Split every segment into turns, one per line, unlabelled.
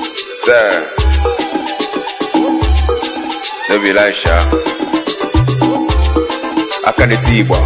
Sir, no be like sha. Aka n'eti Igbo.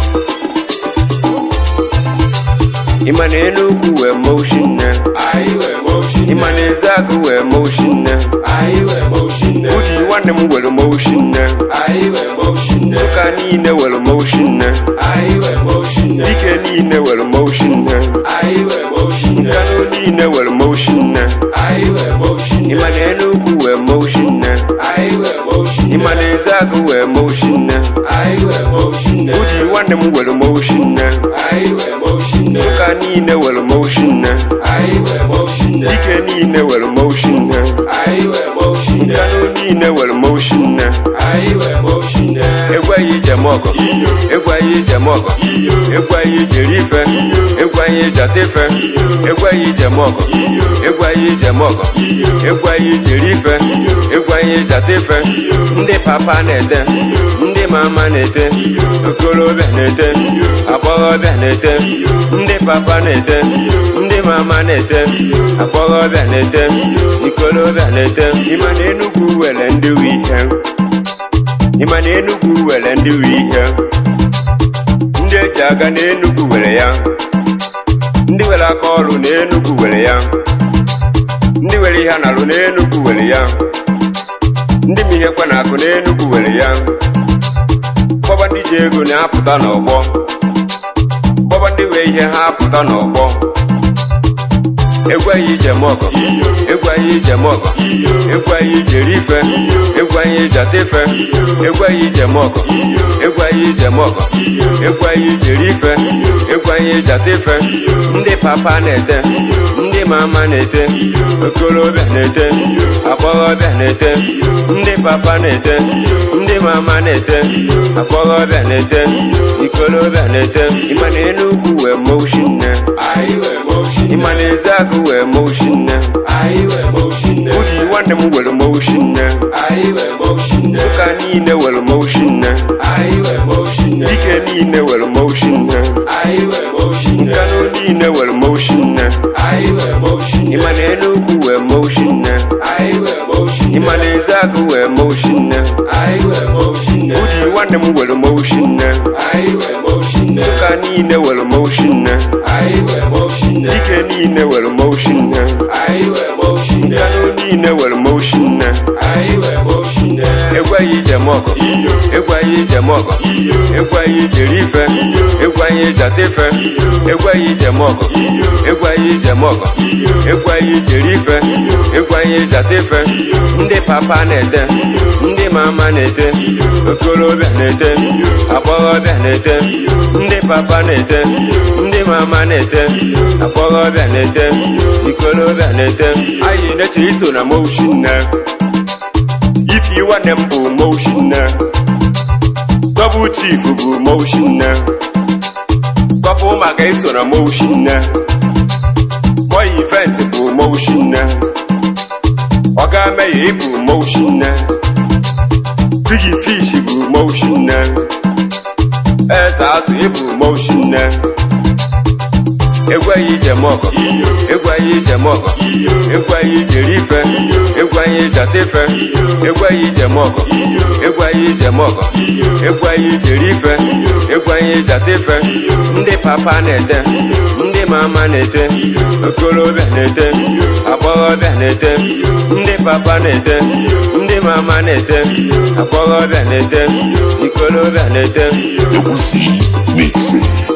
Ịma na Enugu wee motion na.
Anyị wee motion
Ịma na Ezeagu wee motion na.
Anyị wee motion na.
Uji nwanne m were motion na.
Anyị wee motion na.
Ụka niile were motion na.
Anyị wee motion na.
Dike niile were motion na.
Anyị wee motion na.
Kano niile were motion na.
Anyị wee motion na.
Ịma na Enugu wee motion na.
Anyị wee motion na.
Ịma na Ezeagu wee motion na.
Anyị wee motion na.
Uji nwanne m were motion na.
Anyị wee motion na.
Ụka niile were motion na.
Anyị wee motion na.
Dike niile were motion na.
Anyị wee motion na.
Kano niile were motion na.
Anyị wee motion na.
Egwaghị ijem ọgọ. Egwaghị ijem ọgọ. Egwaghị ijeri ife. Egwaghị ijata ife. Egwaghị ijem ọgọ. Egwaghị ijem ọgọ. Egwaghị ijeri ife. Egwaghị ijata ife. Ndị papa na-ete. Ndị mama na-ete. Okorobịa na-ete. Agbọghọbịa na-ete. Ndị papa na-ete. Ndị mama na-ete. Agbọghọbịa na-ete. Ikorobịa na-ete. Ịma na Enugwu were ndị wu ihe. Ị ma na Enugwu were ndị wu ihe ndị eji aga na Enugwu were ya ndị were aka ọrụ na Enugwu were ya ndị were ihe a na-alụ na Enugwu were ya ndị ma ihe kwe na akụ na Enugwu were ya bọba ndị ji ego na-apụta n'ọgbọ bọba ndị wee ihe ha apụta n'ọgbọ egwaghị ijem ọgọ egwaghị ijem ọgọ egwaghị ijeri ife egwaghị ijata ife egwaghị ijem ọgọ egwaghị ijem ọgọ egwaghị ijeri ife egwaghị ijata ife ndị papa na-ete ndị mama na-ete okorobịa na-ete agbọghọbịa na-ete ndị papa na-ete ndị mama na-ete agbọghọbịa na-ete ikorobịa na-ete ịma na Enugwu wee motion na
Anyị wee motion na.
Ịma na Ezeagu were motion na
Anyị wee motion na.
Uji nwanne m were motion na
Anyị wee motion na.
Ụka niile were motion na
Anyị wee motion na.
Dike niile were motion na
Anyị wee motion na.
Kano niile were motion na
Anyị wee motion na.
Ịma na Enugwu were motion na
Anyị wee motion na.
Ịma na Ezeagu were motion na
Anyị wee motion na.
Uji nwanne m were motion na
Anyị wee motion na.
Ụka niile were motion na
Anyị wee motion na.
Dike niile were motion na
Anyị wee motion na.
Kano niile were motion na
Anyị wee motion na.
egwaghị ijem ọgọ egwaghị ijem ọgọ egwaghị ijeri ife egwaghị ijata ife egwaghị ijem ọgọ egwaghị ijem ọgọ egwaghị ijeri ife egwaghị ijata ife ndị papa na-ete ndị mama na-ete okorobịa na-ete agbọghọbịa na-ete ndị papa na-ete ndị mama na-ete agbọghọbịa na-ete ikorobịa na-ete anyị na-eche iso na motion na If you want them bụ motion na Double chief bụ motion na Kọpụ maka iso na motion na Boy event bụ motion na Ọga Meyi bụ motion na Big fish bụ motion na Eze azụ bụ motion na Egwaghị ijem ọgọ egwaghị ijem ọgọ egwaghị ijeri ife egwaghị ijata ife egwaghị ijem ọgọ egwaghị ijem ọgọ egwaghị ijeri ife egwaghị ijata ife ndị papa na-ete ndị mama na-ete okorobịa na-ete agbọghọbịa na-ete ndị papa na-ete ndị mama na-ete agbọghọbịa na-ete ikorobịa na-ete
Double C mixing.